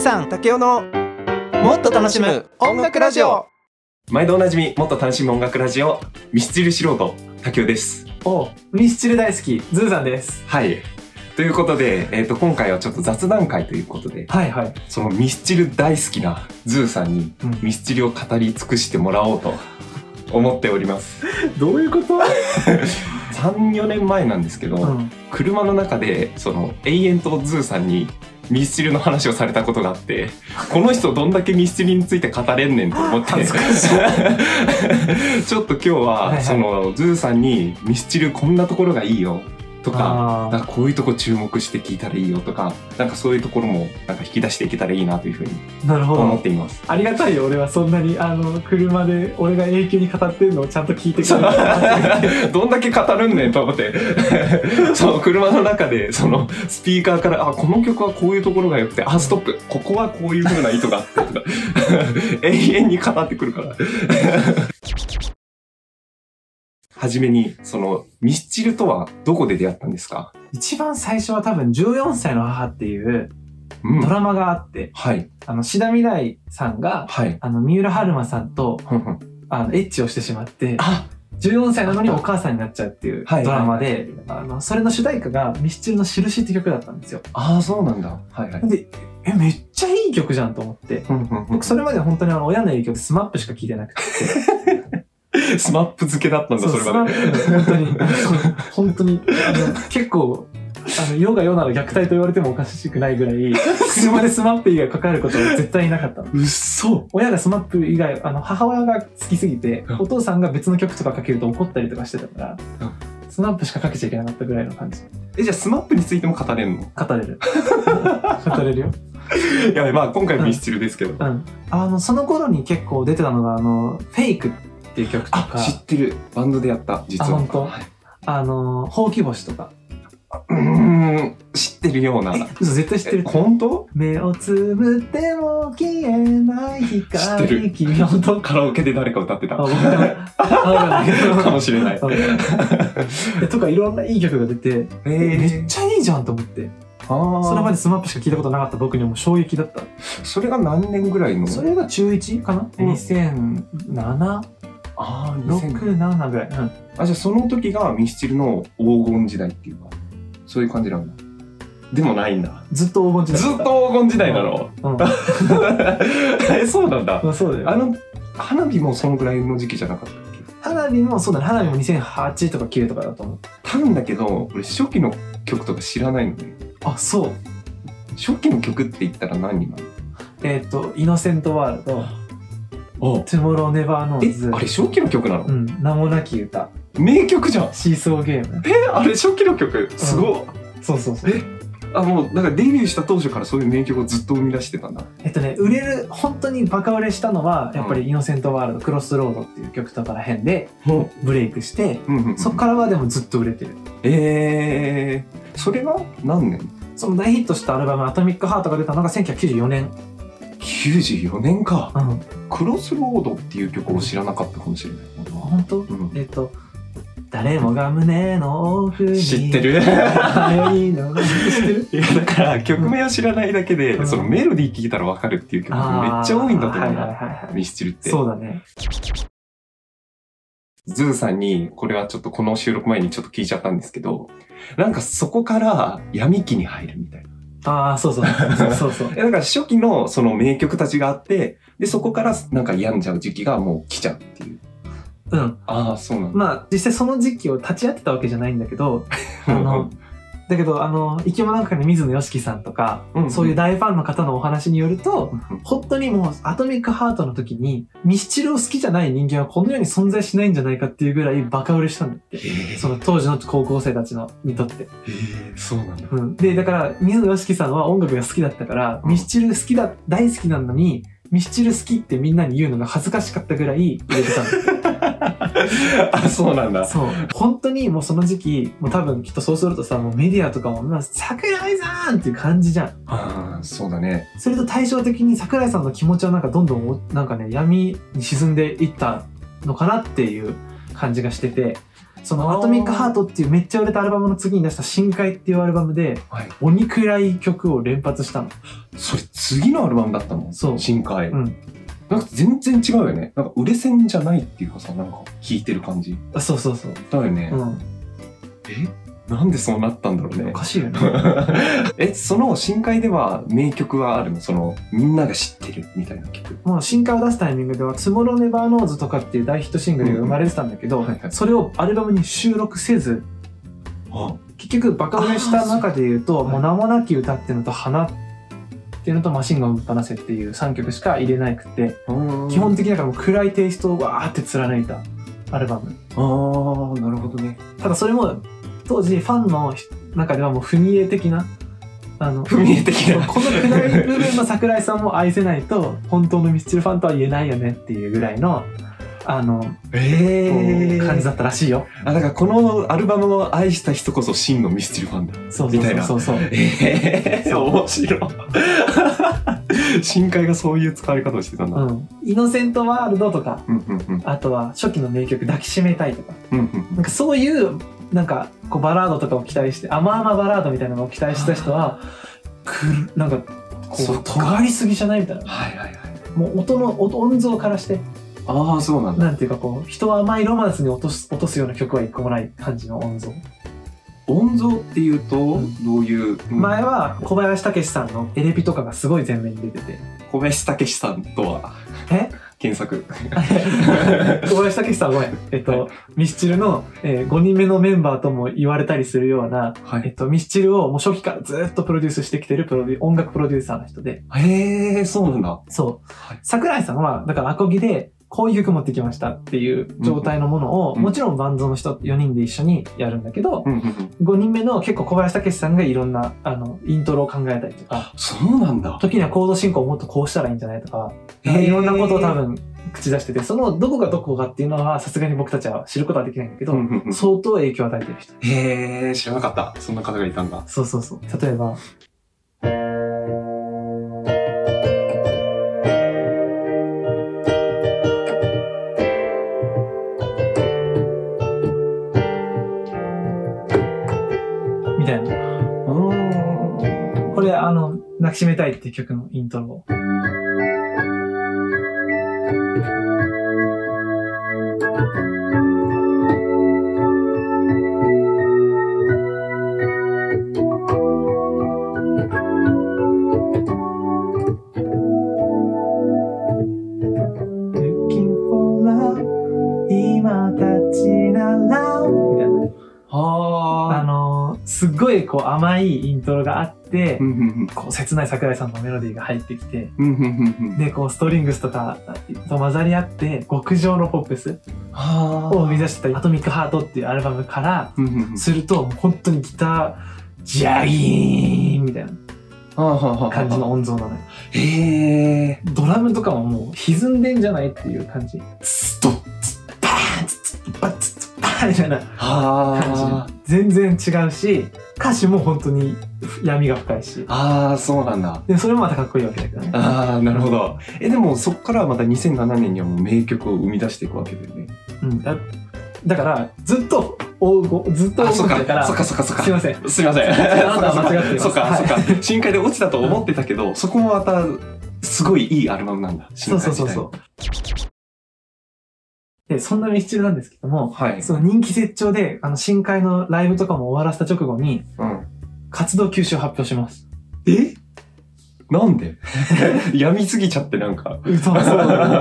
さん竹雄のもっと楽しむ音楽ラジオ毎度おなじみもっと楽しむ音楽ラジオミスチル素人竹雄ですおミスチル大好きズーさんですはいということで、えー、と今回はちょっと雑談会ということではいはいそのミスチル大好きなズーさんにうんミスチルを語り尽くしてもらおうと思ってお りますどういうこと、 34年前なんですけど、うん、車の中でその永遠とズーさんにミスチルの話をされたことがあってこの人どんだけミスチルについて語れんねんと思って恥ずかし ちょっと今日はいはいそのズーさんにミスチルこんなところがいいよとかあなんーかこういうとこ注目して聞いたらいいよとかなんかそういうところもなんか引き出していけたらいいなというふうになるほ思っどています。ありがたいよ俺はそんなにあの車で俺が永久に語ってるのをちゃんと聞いてくそれうる どんだけ語るんねんと思って そう車の中でそのスピーカーから「あこの曲はこういうところがよくてあストップここはこういうふうな意図があって」とか永遠に語って くるから。 はじめにそのミスチルとはどこで出会ったんですか、 一番最初は多分14歳の母っていううんドラマがあって、はいあの志田未来さんがはい。あの三浦春馬さんとふんふんあのエッチをしてしまってあ14歳なのにお母さんになっちゃうっていうドはいラマで、あのそれの主題歌がミスチルの「印」って曲だったんですよ。あーそうなんだ。はいはい。でえめっちゃいい曲じゃんと思ってふんふんふん僕それまで本当にあの親の影響で SMAP しか聴いてなくてスマップ付けだったんだそれスまマで。ップ本当 に本当にあの結構あの世が世なら虐待と言われてもおかしくないぐらい車で SMAP 以外関わることは絶対になかったの。うっそ親が SMAP 以外あの母親が好きすぎてうんお父さんが別の曲とかかけると怒ったりとかしてたから、SMAP しかかけちゃいけなかったぐらいの感じえじゃあスマップについても語れんの語れる 語れるよ、 いやまあ今回ミスチルですけど。うん、あのその頃に結構出てたのが「あのフェイクっていう曲とあか知ってるバンドでやった実はあ本当はい「あのほうき星」とかうーん知ってるようなえ嘘絶対知ってえる本当目をつむっても消えない知ってる光君の音カラオケで誰か歌ってたあ僕があ僕がかもしれないうんえとかいろんないい曲が出てええめっちゃいいじゃんと思ってそそれれまでスマップしか聞いたことなかった僕にはもう衝撃だった。それが何年ぐらいのそれが中1かな、うん ?2007、ああ2000 6、7ぐらい。うんあじゃあその時がミスチルの黄金時代っていうかそういう感じなんだでもないんだずっと黄金時代。ずっと。黄金時代なのうん。えそうなんだまあ、そうだあよ。の花火もそのぐらいの時期じゃなかったっけ花火も、そうだね。花火も2008とか9とかだと思う。多分だけど俺初期の曲とか知らないのねあ、そう。初期の曲って言ったら何になるえっ、と、イノセントワールド、あトゥモローネバーノえーズ、あれ初期の曲なの、うん、名もなき歌、名曲じゃんシーソーゲーム。えあれ初期の曲すごっ、そうそうそう。あもうなんかデビューした当初からそういう名曲をずっと生み出してたんだえっとね、売れる、本当にバカ売れしたのは、やっぱりイノセントワールド、クロスロードっていう曲とからへんで、うんブレイクして、うんうんそっからはでもずっと売れてる。えー、それが何年その大ヒットしたアルバム「アトミック・ハート」が出たのが1994年、 94年かうん、 「クロスロード」っていう曲を知らなかったかもしれない俺は本当うんえっと「誰もが胸の奥に」知ってる い迷いの知 ってるやだから曲名を知らないだけで、うんそのメロディー聴いたらわかるっていう曲がめっちゃ多いんだと思うはいなはいはいはいミスチルってそうだねズーさんに、これはちょっとこの収録前にちょっと聞いちゃったんですけど、なんかそこから闇期に入るみたいな。ああそうそうそうそう えだから初期のその名曲たちがあって、で、そこからなんか病んじゃう時期がもう来ちゃうっていう。うんああ、そうなんだ。まあ実際その時期を立ち会ってたわけじゃないんだけどあうんのだけどあの生き物の中に水野良樹さんとか、う んそういう大ファンの方のお話によると、うん本当にもうアトミックハートの時にミスチルを好きじゃない人間はこの世に存在しないんじゃないかっていうぐらいバカ売れしたんだってへえその当時の高校生たちのにとって、へえそうなんだ。うん、でだから水野良樹さんは音楽が好きだったから、うんミスチル好きだ大好きなのにミスチル好きってみんなに言うのが恥ずかしかったぐらい入れてたんだって あ、そうなん だ。そう本当にもうその時期もう多分きっとそうするとさもうメディアとかもまあ「桜井さん!」っていう感じじゃんああ、そうだね。それと対照的に桜井さんの気持ちはなんかどんどんおなんかね闇に沈んでいったのかなっていう感じがしててそのあーアトミックハートっていうめっちゃ売れたアルバムの次に出した深海っていうアルバムではい、鬼暗い曲を連発したの。それ次のアルバムだったのそう深海、うんなんか全然違うよねなんか売れ線じゃないっていうかさなんか聴いてる感じあそうそうそう。だよね、うん。えなんでそうなったんだろうおねかしいよね。 えその深海では名曲はあるのそのみんなが知ってるみたいな曲もう新刊を出すタイミングでは「ツモロネバーノーズ」とかっていう大ヒットシングルが生まれてたんだけど、うんはいはいそれをアルバムに収録せずあ結局バカ売れした中で言うとうもう名もなき歌っていうのと「花」っていうのと「マシンガンを放せ」っていう3曲しか入れなくて、基基本的にだからもう暗いテイストをわーって貫いたアルバムあーなるほどねただそれも当時ファンの中ではもう踏み絵的なあの不明的なこの暗 い部分の桜井さんも愛せないと本当のミスチルファンとは言えないよねっていうぐらいのあのええ感じだったらしいよ。あだからこのアルバムを愛した人こそ真のミスチルファンだそうそうみたいそうなそうそう。ええ面白い 深海がそういう使われ方をしてたんだ、うん。イノセントワールドとか、うんうんうんあとは初期の名曲抱きしめたいとか、うんうんなんかそういうなんかこうバラードとかを期待して、甘々バラードみたいなのを期待した人は、くるなんかこそっうか尖りすぎじゃないみたいな。はいはいはいもう音の音音像からして、ああそうなんだなんていうかこう人を甘いロマンスに落とす落とすような曲は一個もない感じの音像。音像っていうとどういう、前は小林武史さんのエレピとかがすごい前面に出てて、小林武史さんとはえ 検索小林武史さんはごめん、えっと、ミスチルの、え5人目のメンバーとも言われたりするような、はえっと、ミスチルをもう初期からずっとプロデュースしてきてるプロデュ音楽プロデューサーの人で、へえそうなんだそう、はい桜井さんは、だからアコギで、こういう曲持ってきましたっていう状態のものを、うんもちろんバンドの人4人で一緒にやるんだけど、うんうんうん5人目の結構小林武史さんがいろんな、あの、イントロを考えたりとか、そうなんだ時にはコード進行をもっとこうしたらいいんじゃないとか、へーいろんなことを多分口出してて、そのどこがどこがっていうのはさすがに僕たちは知ることはできないんだけど、うんうんうん相当影響を与えてる人。へえ知らなかったそんな方がいたんだそうそうそう。例えば、みたいな。これ、あの、抱きしめたいっていう曲のイントロ。Looking for love 今たちならみたいな。あああのーすっごいこう甘いイントロがあって、うんうんこう切ない桜井さんのメロディーが入ってきてうんうんうんうんうんでこうストリングスとかと混ざり合って極上のポップスあを生み出してた「アトミックハート」っていうアルバムからうんうんうんするともう本当にギタージャギーンみたいな感じの音像なのよへえドラムとかももう歪んでんじゃないっていう感じストッバーンツッツッバッツッツッバーンみたいなあ感じ全然違うし歌詞も本当に闇が深いしああそうなんだでそれもまたかっこいいわけだけどねああなるほどえでもそこからまた2007年にはもう名曲を生み出していくわけだよねうん、だだからずっと大ごずっとあ大そっごかだからそっかそっかそっすいかませんすいませんあなたは間違っていますそっかそっかそっか深海で落ちたと思ってたけどそこもまたすごいいいアルバムなんだそうそうそうそうでそんなミスチルなんですけどもはいその人気絶頂であの深海のライブとかも終わらせた直後にうん活動休止を発表しますえなんで 病みすぎちゃってなんかそうそうそう え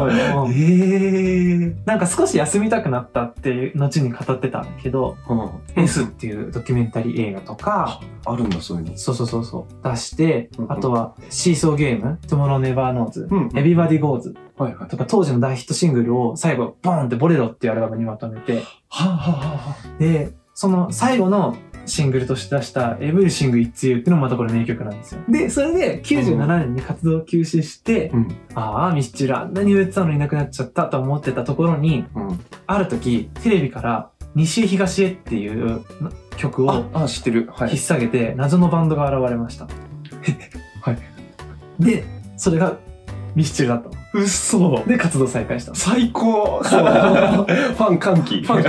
んーなんか少し休みたくなったっていう後に語ってたんだけどう「ん S」っていうドキュメンタリー映画とかあるんだそういうのそうそうそうそう出してうんうんあとは「シーソーゲーム」「トゥモローネバーノーズ」うん「エビバディゴーズ」はいはいとか当時の大ヒットシングルを最後ボーンって「ボレロ」っていうアルバムにまとめてはあはあはあはあでその最後のシングルとして出した「エブリシング・イッツ・ユー」っていうのもまたこれ名曲なんですよでそれで97年に活動休止して、うんああミスチルあんなに売れてたのいなくなっちゃったと思ってたところにうんある時テレビから「西へ東へ」っていう曲をああ知ってるは引っい提げて謎のバンドが現れました はいでそれがミスチルだったの嘘で活動再開した最高 ファン歓喜ファン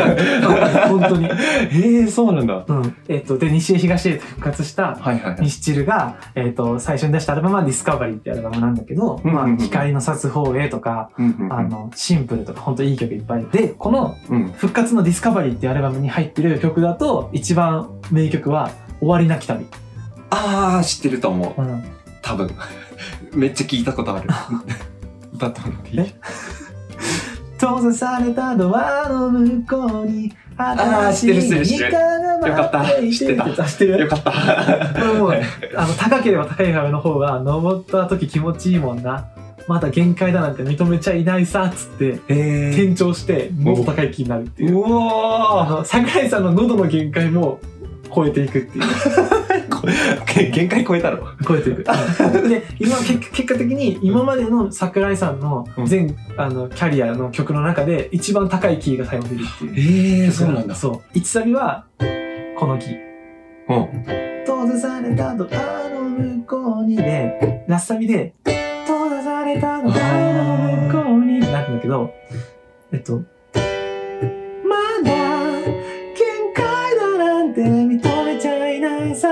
から 本当に、えー、そうなんだうんえっとで西へ東へと復活したはいはいはいミスチルが、えっと最初に出したアルバムは「ディスカバリー」ってアルバムなんだけど「うんうんうんまあ、光の殺法へ」とか、うんうんうんあのシンプルとか本当いい曲いっぱいでこのうん「復活のディスカバリー」ってアルバムに入ってる曲だと一番名曲は「終わりなき旅」ああ知ってると思ううん、多分 めっちゃ聞いた ことある歌ってもらっていいえ閉ざされたドアの向こうに新しい何かが待っていあー知ってる知ってる知ってるよかった知ってたあ知ってよるかったこれ もうあの高ければ高い壁の方が登った時気持ちいいもんなまだ限界だなんて認めちゃいないさっつってえ転調してもっと高い気になる っていううあおの桜井さんの喉の限界も超えていく っていうーけ限界超えたろ超えてい くで今結結果的に今までの桜井さんの全、あのキャリアの曲の中で一番高いキーが最後出るっていうええそう1サビはこのキーうん閉ざされたドアの向こうにで、ラスサビで、閉ざされたドアの向こうになるんだけど、えっと、まだ限界だなんて認めちゃいないさ、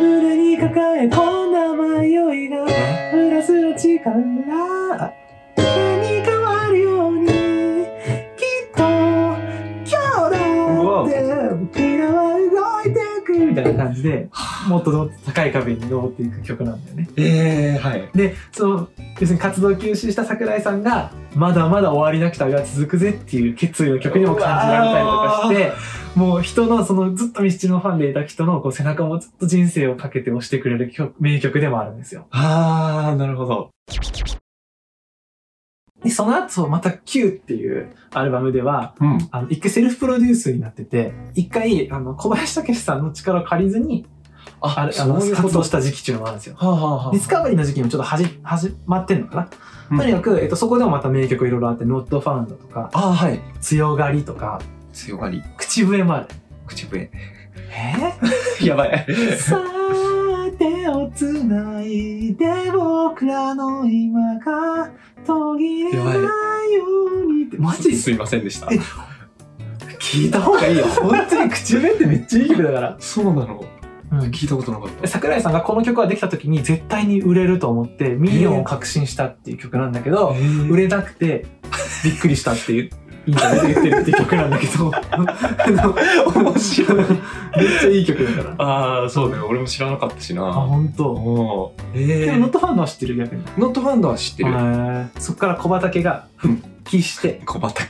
胸に抱え込んだ迷いが、プラスの力、何変わるように、きっと、今日だって、僕らは動いてく、みたいな感じで、もっとどんどん高い壁に登っていく曲なんだよね。ええはいで、その、要するに活動休止した桜井さんが、まだまだ終わりなき旅は続くぜっていう決意の曲にも感じられたりとかして、もう人の、そのずっとミスチルのファンでいた人のこう背中もずっと人生をかけて押してくれる曲名曲でもあるんですよ。ああなるほどで、その後、また Q っていうアルバムでは、うんあの、一回セルフプロデュースになってて、一回、あの、小林武史さんの力を借りずに、ああれ、あの、活動した時期っていうのもあるんですよ。はあはあはあディスカバリーの時期もちょっとはじ始まってんのかな、うんとにかく、えっと、そこでもまた名曲いろいろあって「Not Found」とかああはい「強がり」とか強がり口笛もある口笛 えやばいー、さあ手をつないで僕らの今が途切れないようにってマジすいませんでしたえ聞いた方が いいよ本当に口笛ってめっちゃいい曲だから、そうなの聞いたことなかっで桜井さんがこの曲ができた時に絶対に売れると思ってミリオンを確信したっていう曲なんだけど、た売れなくてびっくりしたっていうインタビューで言ってるっていう曲なんだけど面白いめっちゃいい曲だからああそうだよ俺も知らなかったしあな本当。おえでもノットファンドは知ってる逆にノットファンドは知ってるそっから小畑が復帰 して小畑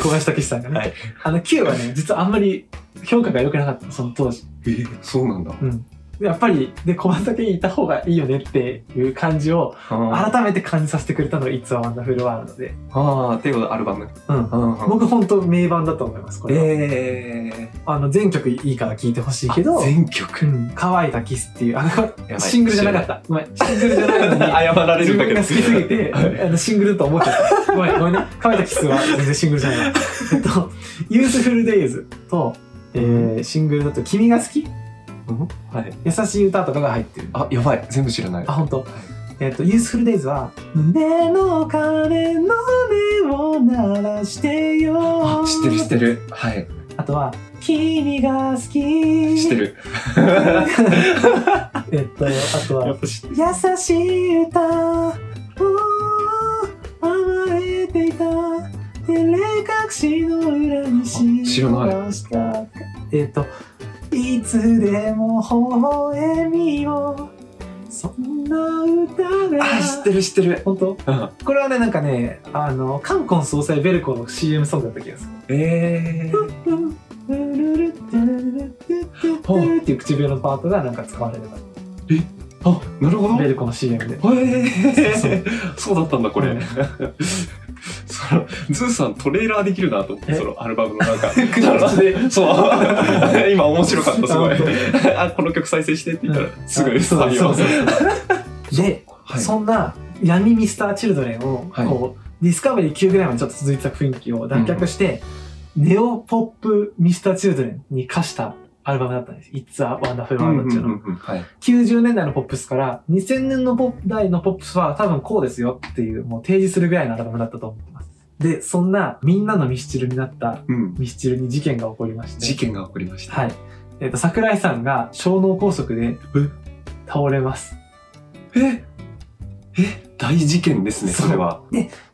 小林武史さんがね、はいあの Q はね実はあんまり評価が良くなかったのその当時えそうなんだうんでやっぱりで小畑にいた方がいいよねっていう感じをあ改めて感じさせてくれたのが「It's a Wonderful World で」あーっていうアルバムうん、うん僕本当名盤だと思いますこれは、ええあの全曲いいから聴いてほしいけど全う曲ん、乾いたキスっていう、あやばの、いシングルじゃなかった。ごめん、シングルじゃないのに、謝られ自るんだけ分どが好きすぎて、はいあのシングルと思っちゃった。ごめん、ごめんね。乾いたキスは全然シングルじゃ ない。えっと、ユースフルデイズと、えー、シングルだと、君が好きはい優しい歌とかが入ってる。あやばい全部知らないあ、本当。えっと、ユースフルデイズは、胸の鐘の音を鳴らしてよ。あ知ってる知ってるはいあとは、君が好き。知って。るえっと、あとは、ぱ知ってる優しい歌を甘えていた照れ隠しの裏にあ知らないしかえっ、といつでも微笑みをそんな歌があ知ってる知ってる本当うんこれはねなんかねあの冠婚葬祭ベルコの CM ソングだった気がするええルルルルルルルルっていう唇のパートがなんか使われてあなるほどたベルコの CM でへえそう そうだったんだこれ、うんそのズーさんトレーラーできるなと思ってえそのアルバムのなんか口でそう 今面白かったすごいあ本 あこの曲再生してって言ったら、うんすぐあそう採そ用うそうで、はいそんな闇ミスターチルドレンをこう、はいディスカバリー9ぐらいまでちょっと続いてた雰囲気を脱却して、ネオポップミスターチルドレンに課したアルバムだったんです。It's a Wonderful うんう World んっていうの。うんうんはい。 90年代のポップスから2000年のポップ代のポップスは多分こうですよっていう、もう提示するぐらいのアルバムだったと思ってます。で、そんなみんなのミスチルになったうん。ミスチルに事件が起こりまして。事件が起こりました。はい。えっ、と、桜井さんが小脳梗塞で倒れます。ええ大事件ですね、そうそれは。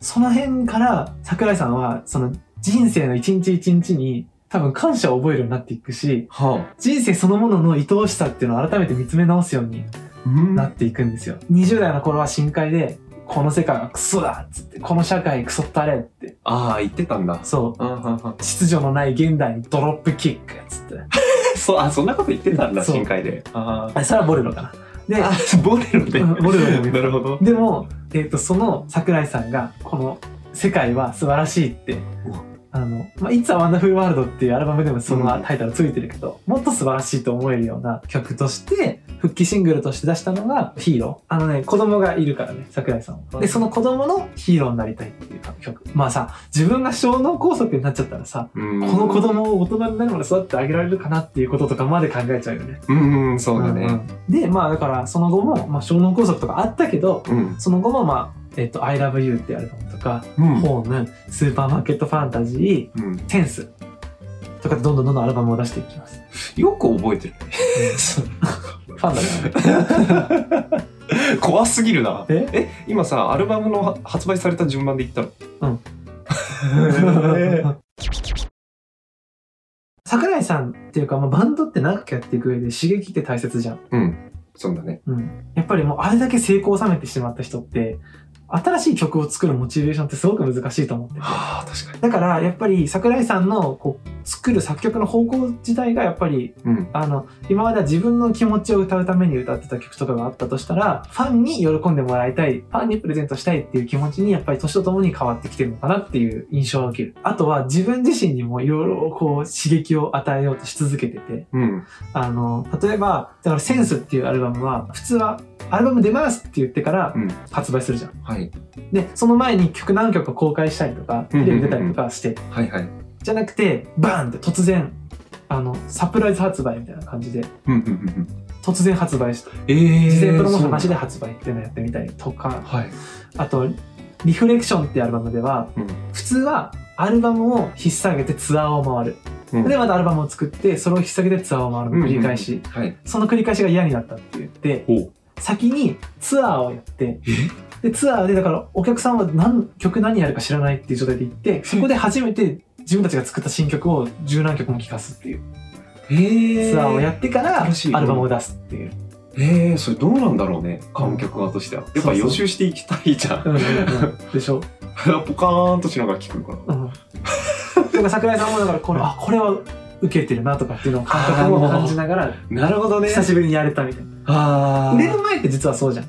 その辺から桜井さんはその人生の一日一日に多分感謝を覚えるようになっていくし、は人生そのものの愛おしさっていうのを改めて見つめ直すようにあ。うんなっていくんですよ。20代の頃は深海で、この世界はクソだっつって、この社会クソったれって、ああ、言ってたんだ。そあは んはんう、秩序のない現代にドロップキックっつって。そう、あ、そんなこと言ってたんだ、そう深海で。ああ、それはボレロかな。で、あ。ボレロで。うんボレロでなるほど。でも、えっ、と、その桜井さんが、この世界は素晴らしいってお、あの、まあ、It's a Wonderful World っていうアルバムでもそうんのタイトルついてるけど、もっと素晴らしいと思えるような曲として、復帰シングルとして出したのがヒーロー。あのね、子供がいるからね、桜井さんは。で、その子供のヒーローになりたいっていう曲。まあさ、自分が小脳梗塞になっちゃったらさ、ここの子。供を大人になるまで育ってあげられるかなっていうこととかまで考えちゃうよね。うん、うん、そうだね。で、まあだから、その後も、まあ、小脳梗塞とかあったけど、うん。その後もまあ、えっと、I Love You ってアルバムとか、うん。ホーム、スーパーマーケットファンタジー、うんセンスとかでどんどんどんどんアルバムを出していきます。よく覚えてる。ファンだね。 怖すぎるな。え今さ、アルバムのは発売された順番で言ったの。うん。桜井さんっていうか、まあ、バンドって長くやっていく上で刺激って大切じゃん。 うん。そうだね。うん。やっぱりもうあれだけ成功を収めてしまった人って、新しい曲を作るモチベーションってすごく難しいと思ってて。はあ、確かに。だから、やっぱり桜井さんのこう作る作曲の方向自体がやっぱりうん。あの、今までは自分の気持ちを歌うために歌ってた曲とかがあったとしたら、ファンに喜んでもらいたい、ファンにプレゼントしたいっていう気持ちに、やっぱり年とともに変わってきてるのかなっていう印象を受ける。あとは自分自身にもいろいろこう刺激を与えようとし続けてて、うん。あの、例えば、だからセンスっていうアルバムは、普通はアルバム出ますって言ってからうん発売するじゃん。はい。で、その前に曲何曲か公開したりとか、テレビ出たりとかして、はいはい。じゃなくて、バーンって突然、あの、サプライズ発売みたいな感じで、うんうんうんうん。突然発売して、ええ。事前プロモーションな話しで発売っていうのやってみたりとか、はい。あと、リフレクションっていうアルバムでは、うん普通はアルバムを引っ提げてツアーを回る。うんで、またアルバムを作って、それを引っ提げてツアーを回るの繰り返し。うんうんうん。はい。その繰り返しが嫌になったって言って、ほう。先にツアーをやって、で、ツアーで、だからお客さんは何曲何やるか知らないっていう状態で行って、そこで初めて自分たちが作った新曲を十何曲も聴かすっていうええ。ツアーをやってから楽しいアルバムを出すっていう。えー、それどうなんだろうね観客側としてはやっぱ予習していきたいじゃんうんうんうんでしょ ポカーンとしながら聞くからうん、だから桜井さんもだからこのあこれは受けてるなとかっていうのを感覚あーもをう感じながらなるほどね久しぶりにやれたみたいなあ売れーる前って実はそうじゃん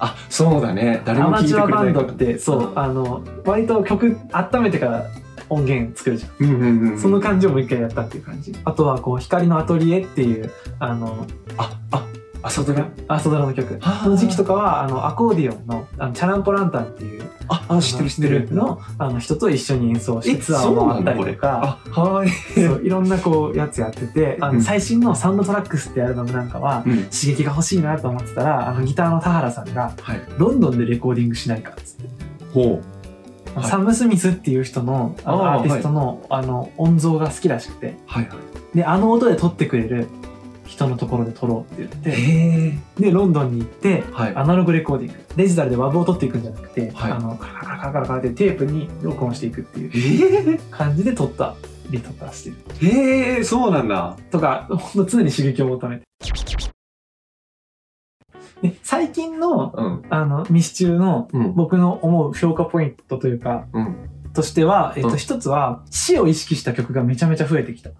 あそうだね誰アもマ聞いチてュアくれバないンかドらってそううんあの割と曲温めてから音源作るじゃん、うんうんうんその感じをもう一回やったっていう感じあとはこう「光のアトリエ」っていうあのああ朝ドラ朝ドラの曲あーこの時期とかはあのアコーディオンのあのチャランポランタンっていうああ知ってる知ってグルるープのあの人と一緒に演奏しえてツアーそうをな回っんただりことれかあはーいそういろんなこうやつやっててあうんの最新の「サウンドトラックス」ってアルバムなんかはうん刺激が欲しいなと思ってたらあのギターの田原さんがはいロンドンでレコーディングしないかっつって、ほはいサム・スミスっていう人のあのあーアーティストの,、あの音像が好きらしくてはいはいであの音で撮ってくれる人のところで撮ろうって言ってへえでロンドンに行ってはいアナログレコーディングデジタルでワブを撮っていくんじゃなくて、はいあのカラカラカラカラカラってテープに録音していくっていうええ感じで撮ったりとかしてるへえそうなんだとか、ほんと常に刺激を求めて。で最近の、うんあの、ミスチューのうん僕の思う評価ポイントというか、うんとしては、えっうと、ん一つは、死を意識した曲がめちゃめちゃ増えてきた。へ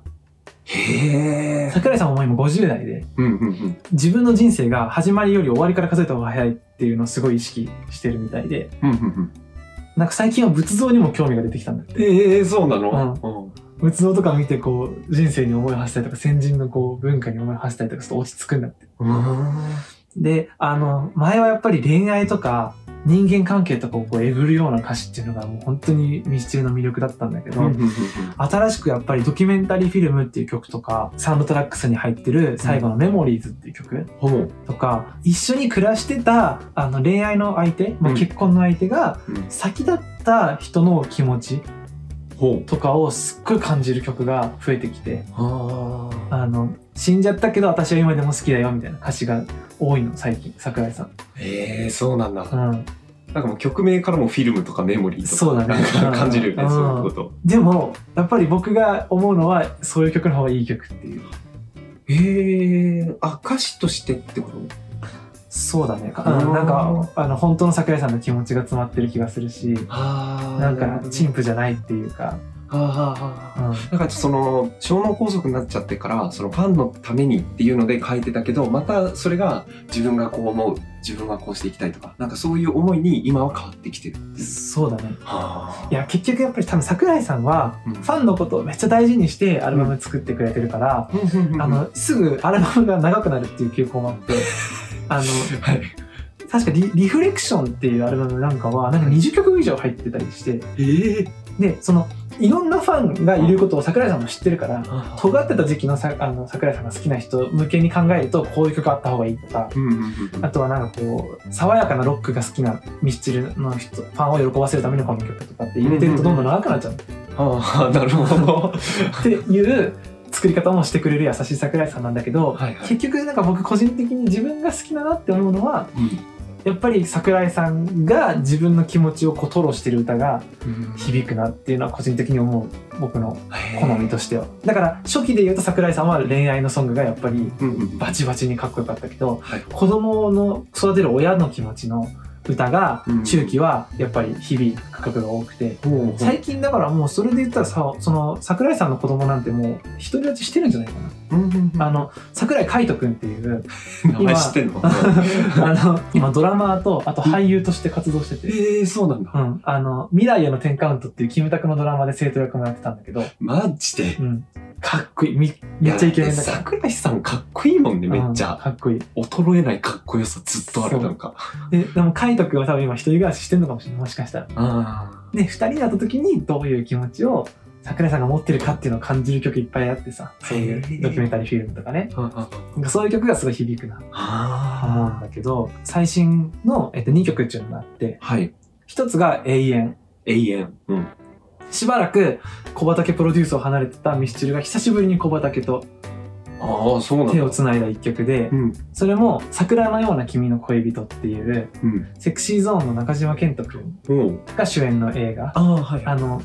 え桜井さんももう今50代で、うんうんうん自分の人生が始まりより終わりから数えた方が早いっていうのをすごい意識してるみたいで、うんうんうんなんか最近は仏像にも興味が出てきたんだって。ええそうなの仏像とか見てこう、人生に思いを馳せたりとか、先人のこう、文化に思いを馳せたりとか、ちょっと落ち着くんだって。うんうんで、あの、前はやっぱり恋愛とか、人間関係とかをこうえぐるような歌詞っていうのがもう本当にミスチルの魅力だったんだけど、新しくやっぱりドキュメンタリーフィルムっていう曲とか、サウンドトラックスに入ってる最後のメモリーズっていう曲ほう。とか、一緒に暮らしてたあの恋愛の相手、まあ、うん結婚の相手がうん先だった人の気持ちほう。とかをすっごい感じる曲が増えてきて、ああ。あの、死んじゃったけど私は今でも好きだよみたいな歌詞が多いの、最近、桜井さん。ええ、そうなんだ。うん。なんかもう曲名からもフィルムとかメモリーとか。そうだねなんか感じるようね、んそういうこと。でも、やっぱり僕が思うのは、そういう曲の方がいい曲っていう。ええ、あ、歌詞としてってことそうだね。うんうんなんか、あの、本当の桜井さんの気持ちが詰まってる気がするし、ああ。なんるほかど、ね陳腐じゃないっていうか、あーはーはーはーうんなんかその小脳梗塞になっちゃってからそのファンのためにっていうので書いてたけどまたそれが自分がこう思う自分がこうしていきたいとかなんかそういう思いに今は変わってきてるっていう。そうだね。はいや、結局やっぱり多分桜井さんは、うんファンのことをめっちゃ大事にしてアルバム作ってくれてるから、あの、すぐアルバムが長くなるっていう傾向もあって、あの、はい、確かリリフレクションっていうアルバムなんかは、なんか20曲以上入ってたりして、ええで、その、いろんなファンがいることを桜井さんも知ってるから、ー尖ってた時期のさあの桜井さんが好きな人向けに考えるとこういう曲あった方がいいとかうんうんうんうんあとはなんかこう爽やかなロックが好きなミスチルの人ファンを喜ばせるためのこの曲とかって入れてるとどんどん長くなっちゃうっああなるほど。ていう作り方もしてくれる優しい桜井さんなんだけどはいはい結局なんか僕個人的に自分が好きだなって思うのはやっぱり桜井さんが自分の気持ちをこう吐露してる歌がうん響くなっていうのは個人的に思う僕の好みと。としてはだから初期で言うと桜井さんは恋愛のソングがやっぱりうんうんバチバチにかっこよかったけど、はい子供の育てる親の気持ちの歌がうん中期はやっぱり響く曲が多くて、ほうほう最近だからもうそれで言ったらさその桜井さんの子供なんてもう独り立ちしてるんじゃないかな、うんうんうんあの桜井海斗君っていう 名前知ってんの。あの今ドラマーとあと俳優として活動してて。ええそうなんだう。ん、あの未来への10カウントっていうキムタクのドラマで生徒役もやってたんだけど、マジで。うん、かっこいいみめっちゃイケメンだから桜井さんかっこいいもんね、めっちうんゃ。かっこいい衰えないかっこよさずっとある、そうなんか。ででも海斗君は多分今一人暮らししてんのかもしれないもしかしたらあで2人になった時にどういう気持ちを桜井さんが持ってるかっていうのを感じる曲いっぱいあってさそういへうードキュメンタリーフィルムとかねーあなんかそういう曲がすごい響くなー。思うんあだけど最新の、えっと、2曲っていうのがあってーはい。一つが「永遠永遠。うん。」しばらく小畑プロデュースを離れてたミスチルが久しぶりに小畑とああ、そうなん手をだ。つないだ一曲でうん。それも「桜のような君の恋人」っていううん。セクシーゾーンの中島健人君うん。が主演の映画ああ、はいあの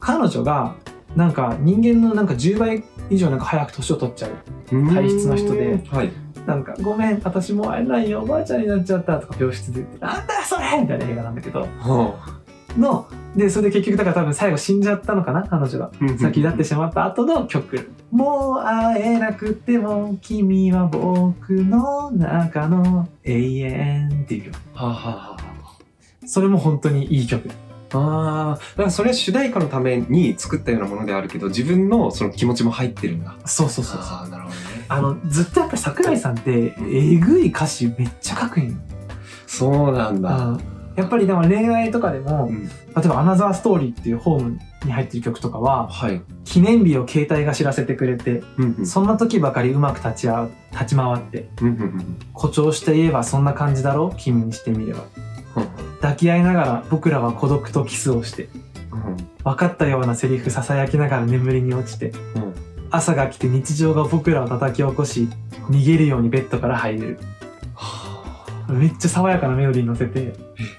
彼女がなんか人間のなんか10倍以上なんか早く年を取っちゃう体質の人ではい。なんか「ごめん私もう会えないよおばあちゃんになっちゃった」とか病室で言って「なんだよそれ!」みたいな映画なんだけどはのでそれで結局だから多分最後死んじゃったのかな彼女があ。先立ってしまった後の曲「もう会えなくても君は僕の中の永遠」っていう曲はあはあはそれも本当にいい曲あ。ああ。だからそれは主題歌のために作ったようなものであるけど、自分のその気持ちも入ってるんだ。そうそうそうそうああ、なるほどね。あのずっとやっぱり桜井さんってえぐい歌詞めっちゃ書くんよそうなんだ。あやっぱりでも恋愛とかでも、うん例えば「アナザーストーリー」っていうホームに入ってる曲とかははい。記念日を携帯が知らせてくれて、うんうん。そんな時ばかりうまく立ち会う立ち回ってうんうんうん誇張して言えばそんな感じだろう君にしてみれば抱き合いながら僕らは孤独とキスをしてうん。分かったようなセリフささやきながら眠りに落ちてうん。朝が来て日常が僕らを叩き起こし逃げるようにベッドから入れるはめっちゃ爽やかなメロディーに乗せて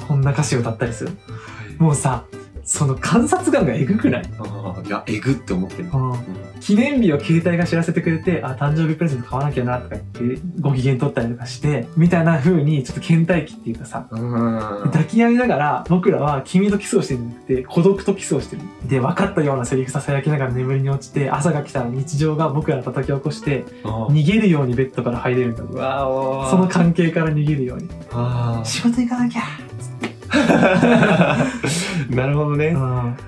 こんな歌詞を歌ったりするあ。はいもうさその観察眼がえぐくないああ、いや、えぐって思ってる。記念日を携帯が知らせてくれてあ誕生日プレゼント買わなきゃなとか言ってご機嫌取ったりとかしてみたいな風にちょっと倦怠期っていうかさうん。抱き合いながら僕らは君とキスをしてるんじゃなくて孤独とキスをしてるで分かったようなセリフささやきながら眠りに落ちて朝が来たら日常が僕らを叩き起こして逃げるようにベッドから入れるんだ僕はわおその関係から逃げるようにあ仕事行かなきゃー なるほどねう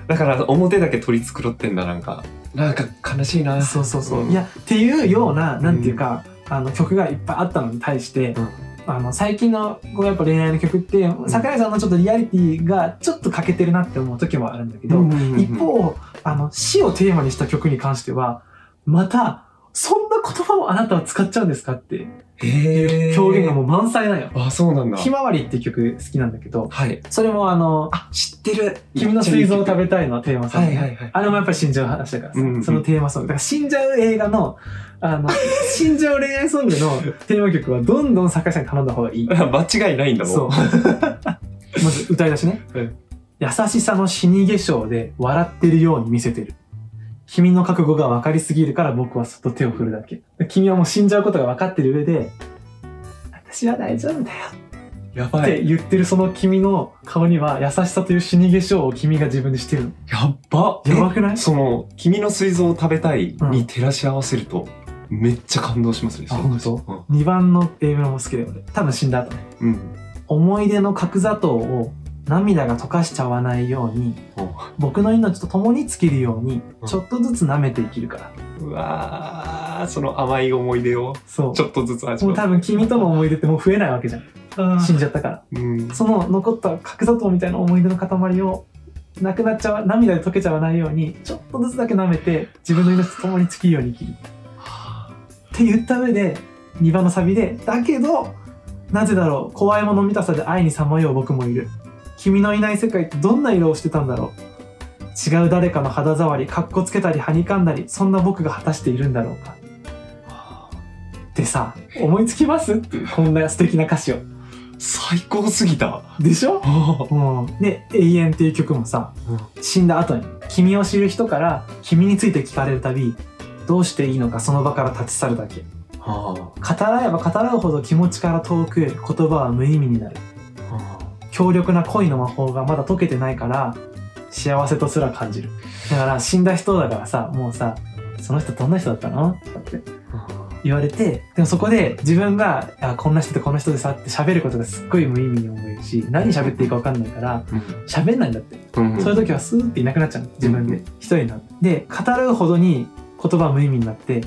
だから表だけ取り繕ってんだなんかなんか悲しいなんそうそうそう、うんいやっていうようななんていうか、あの曲がいっぱいあったのに対して、うんあの最近のこうやっぱ恋愛の曲って桜井さんのちょっとリアリティがちょっと欠けてるなって思う時もあるんだけど、一方あの死をテーマにした曲に関してはまたそんな言葉をあなたは使っちゃうんですかってへー表現がもう満載なんよ。あそうなんだひまわりっていう曲好きなんだけど、はいそれもあの、あ知ってる君の膵臓を食べたいのテーマソンはグいね。はいはいあれもやっぱり死んじゃう話だからさ、うんうんそのテーマソング。だから死んじゃう映画の、あの、死んじゃう恋愛ソングのテーマ曲はどんどん坂井さんに頼んだ方がいい。 間違いないんだもそんう。 まず歌い出しねうん。優しさの死に化粧で笑ってるように見せてる。君の覚悟が分かりすぎるから僕はそっと手を振るだけ。君はもう死んじゃうことが分かってる上で、私は大丈夫だよやばってい言ってるその君の顔には優しさという死に化粧を君が自分でしてるの。やっばやばくないえその「君の膵臓を食べたい」うんに照らし合わせると、めっちゃ感動しますねあその歌詞本2番の A メロも好きだよ俺多分死んだ後ねうん、うん、思い出の角砂糖を涙が溶かしちゃわないように僕の命と共に尽きるようにうんちょっとずつ舐めて生きるからうわーその甘い思い出をそうちょっとずつ味もうわ多分君との思い出ってもう増えないわけじゃんあ死ーんじゃったかうんらその残った角砂糖みたいな思い出の塊をなくなっちゃわ涙で溶けちゃわないようにちょっとずつだけ舐めて自分の命と共に尽きるように生きるって言った上で2番のサビで「だけどなぜだろう怖いもの見たさで愛にさまよう僕もいる君のいない世界ってどんな色をしてたんだろう違う誰かの肌触りかっこつけたりはにかんだりそんな僕が果たしているんだろうか」ってさ思いつきますっていうこんな素敵な歌詞を最高すぎたでしょあうんで「永遠」っていう曲もさ死んだ後に君を知る人から君について聞かれるたびどうしていいのかその場から立ち去るだけあ語らえば語らうほど気持ちから遠くへ言葉は無意味になる強力な恋の魔法がまだ解けてないから幸せとすら感じるだから死んだ人だからさもうさその人どんな人だったのとかって言われてでもそこで自分があこんな人でこの人でさって喋ることがすっごい無意味に思えるし何喋っていいか分かんないから喋んないんだってうんそういう時はスーっていなくなっちゃうの自分うで一人になってで語るほどに言葉は無意味になって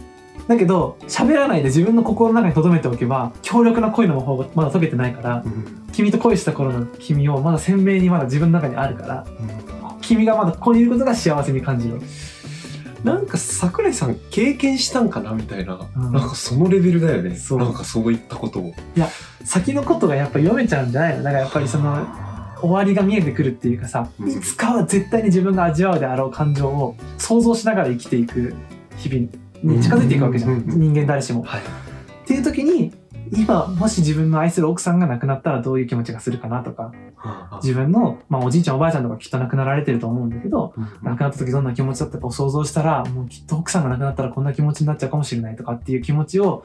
だけど喋らないで自分の心の中に留めておけば強力な恋の魔法がまだ解けてないからうん君と恋した頃の君をまだ鮮明にまだ自分の中にあるからうん君がまだここにいることが幸せに感じるなんか桜井さん経験したんかなみたいな、うんなんかそのレベルだよねそうなんかそういったことを先のことがやっぱ読めちゃうんじゃないのだからやっぱりその終わりが見えてくるっていうかさうんいつかは絶対に自分が味わうであろう感情を想像しながら生きていく日々に近づいていくわけじゃうんんうんうん人間誰しも。はいっていう時に今もし自分の愛する奥さんが亡くなったらどういう気持ちがするかなとか自分の、まあ、おじいちゃんおばあちゃんとかきっと亡くなられてると思うんだけど亡くなった時どんな気持ちだったかを想像したらもうきっと奥さんが亡くなったらこんな気持ちになっちゃうかもしれないとかっていう気持ちを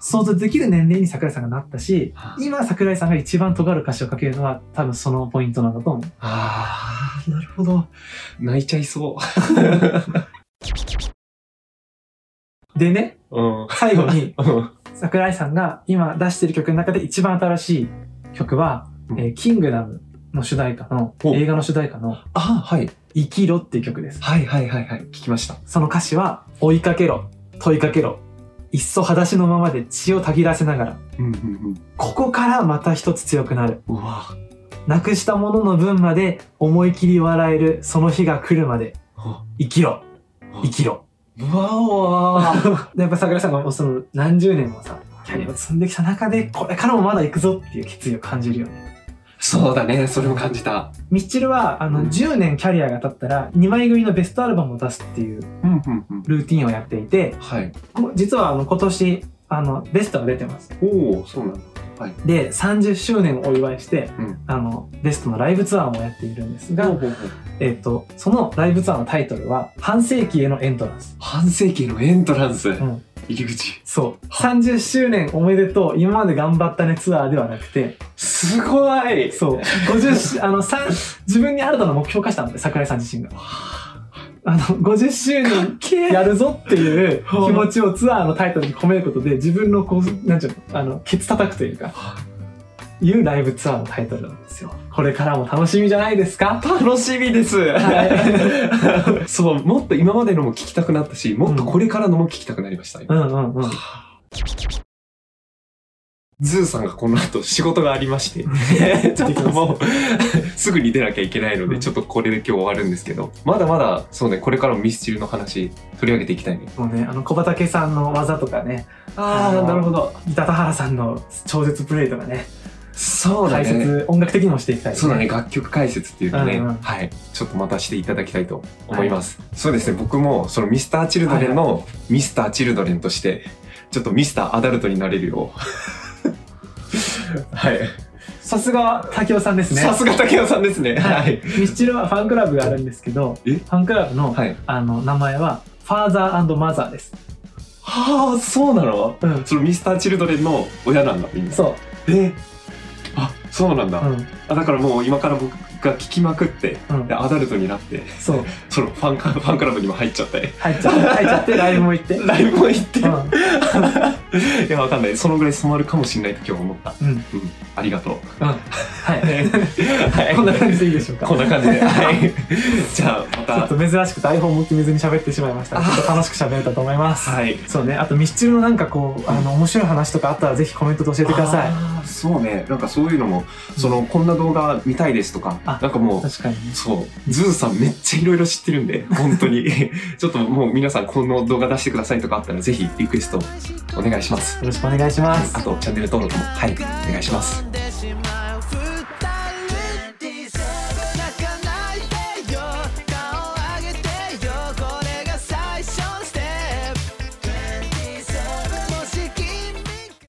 想像できる年齢に桜井さんがなったし今桜井さんが一番尖る歌詞を書けるのは多分そのポイントなんだと思う。ああなるほど泣いちゃいそでねう、うん最後 にうん桜井さんが今出してる曲の中で一番新しい曲は「うんえーキングダム」の主題歌のお映画の主題歌の「あはい生きろっていう曲です。はいはいはいはい聞きましたその歌詞は、追いかけろ、問いかけろ、いっそ裸足のままで血をたぎらせながら、うんうんここからまた一つ強くなる。うんうわなくしたものの分まで思い切り笑える、その日が来るまで、生きろ、生きろ。うわおわやっぱ桜井さんがもうその何十年もさ、キャリアを積んできた中で、これからもまだ行くぞっていう決意を感じるよね。そうだねそれも感じたミッチェルは、あの、10年キャリアが経ったら、2枚組のベストアルバムを出すっていううんうんうんルーティンをやっていて、はいもう実はあの今年あのベストが出てますおおそうなんだで30周年をお祝いして、うんあのベストのライブツアーもやっているんですほが、うほうほうえっとそのライブツアーのタイトルは「半世紀へのエントランス半世紀のエントランス、ん入り口」そう30周年おめでとう今まで頑張ったねツアーではなくてすごいそう50し あの三自分に新たな目標化したんで桜井さん自身が。あの50周年けやるぞっていう気持ちをツアーのタイトルに込めることで自分のこうなんちゅうのあのケツ叩くというかいうライブツアーのタイトルなんですよこれからも楽しみじゃないですか楽しみです、 そうもっと今までのも聞きたくなったしもっとこれからのも聞きたくなりました、うんうんうんズーさんがこの後仕事がありまして ちょっともう すぐに出なきゃいけないのうでんちょっとこれで今日終わるんですけどまだまだそうねこれからもミスチルの話取り上げていきたいねもうね、あの小畑さんの技とかね、あーなるほど三田田原さんの超絶プレイとかね、そうだ解ね説、音楽的にもしていきたい、そうだね。楽曲解説っていうのね、うんうんはいちょっとまたしていただきたいと思います、そうですね僕もそのミスターチルドレンのミスターチルドレンとしてちょっとミスターアダルトになれるよう はいさすが、滝尾さんですね。さすが竹雄さんですねははいい、ミスチルはファンクラブがあるんですけど、フえァンクラブの,、はいあの名前は、ファーザーマザーです。はあそうなのうん。そのミスターチルドレンの親なんだみんなそえあそうなんだ、う。うん。あだからもう今から僕が聞きまくってうんで。アダルトになってそう。そのファンカファンクラブにも入っちゃ って入っちゃって、入っちゃって、ライブも行って。 うん。ライブも行って、うん。いやわかんないそのぐらい染まるかもしれないと今日思ったうん。ありがとう、はい。はいこんな感じでいいでしょうか。 こんな感じで はいじゃあま ちょったと珍しく台本持って見ずに喋ってしまいましたがちょっと楽しく喋れたと思います。はいそうね、あとミスチルのなんかこう、あの、面白い話とかあったらぜひコメントで教えてください。あーそうねなんかそういうのもそのこんな動画見たいですとかあなんかもう確かにね。そう。ズーさんめっちゃいろいろ知ってるんで、本当に。 ちょっともう皆さんこの動画出してくださいとかあったら、ぜひリクエストお願いします。よろしくお願いします。あと、チャンネル登録も、はい、お願いします。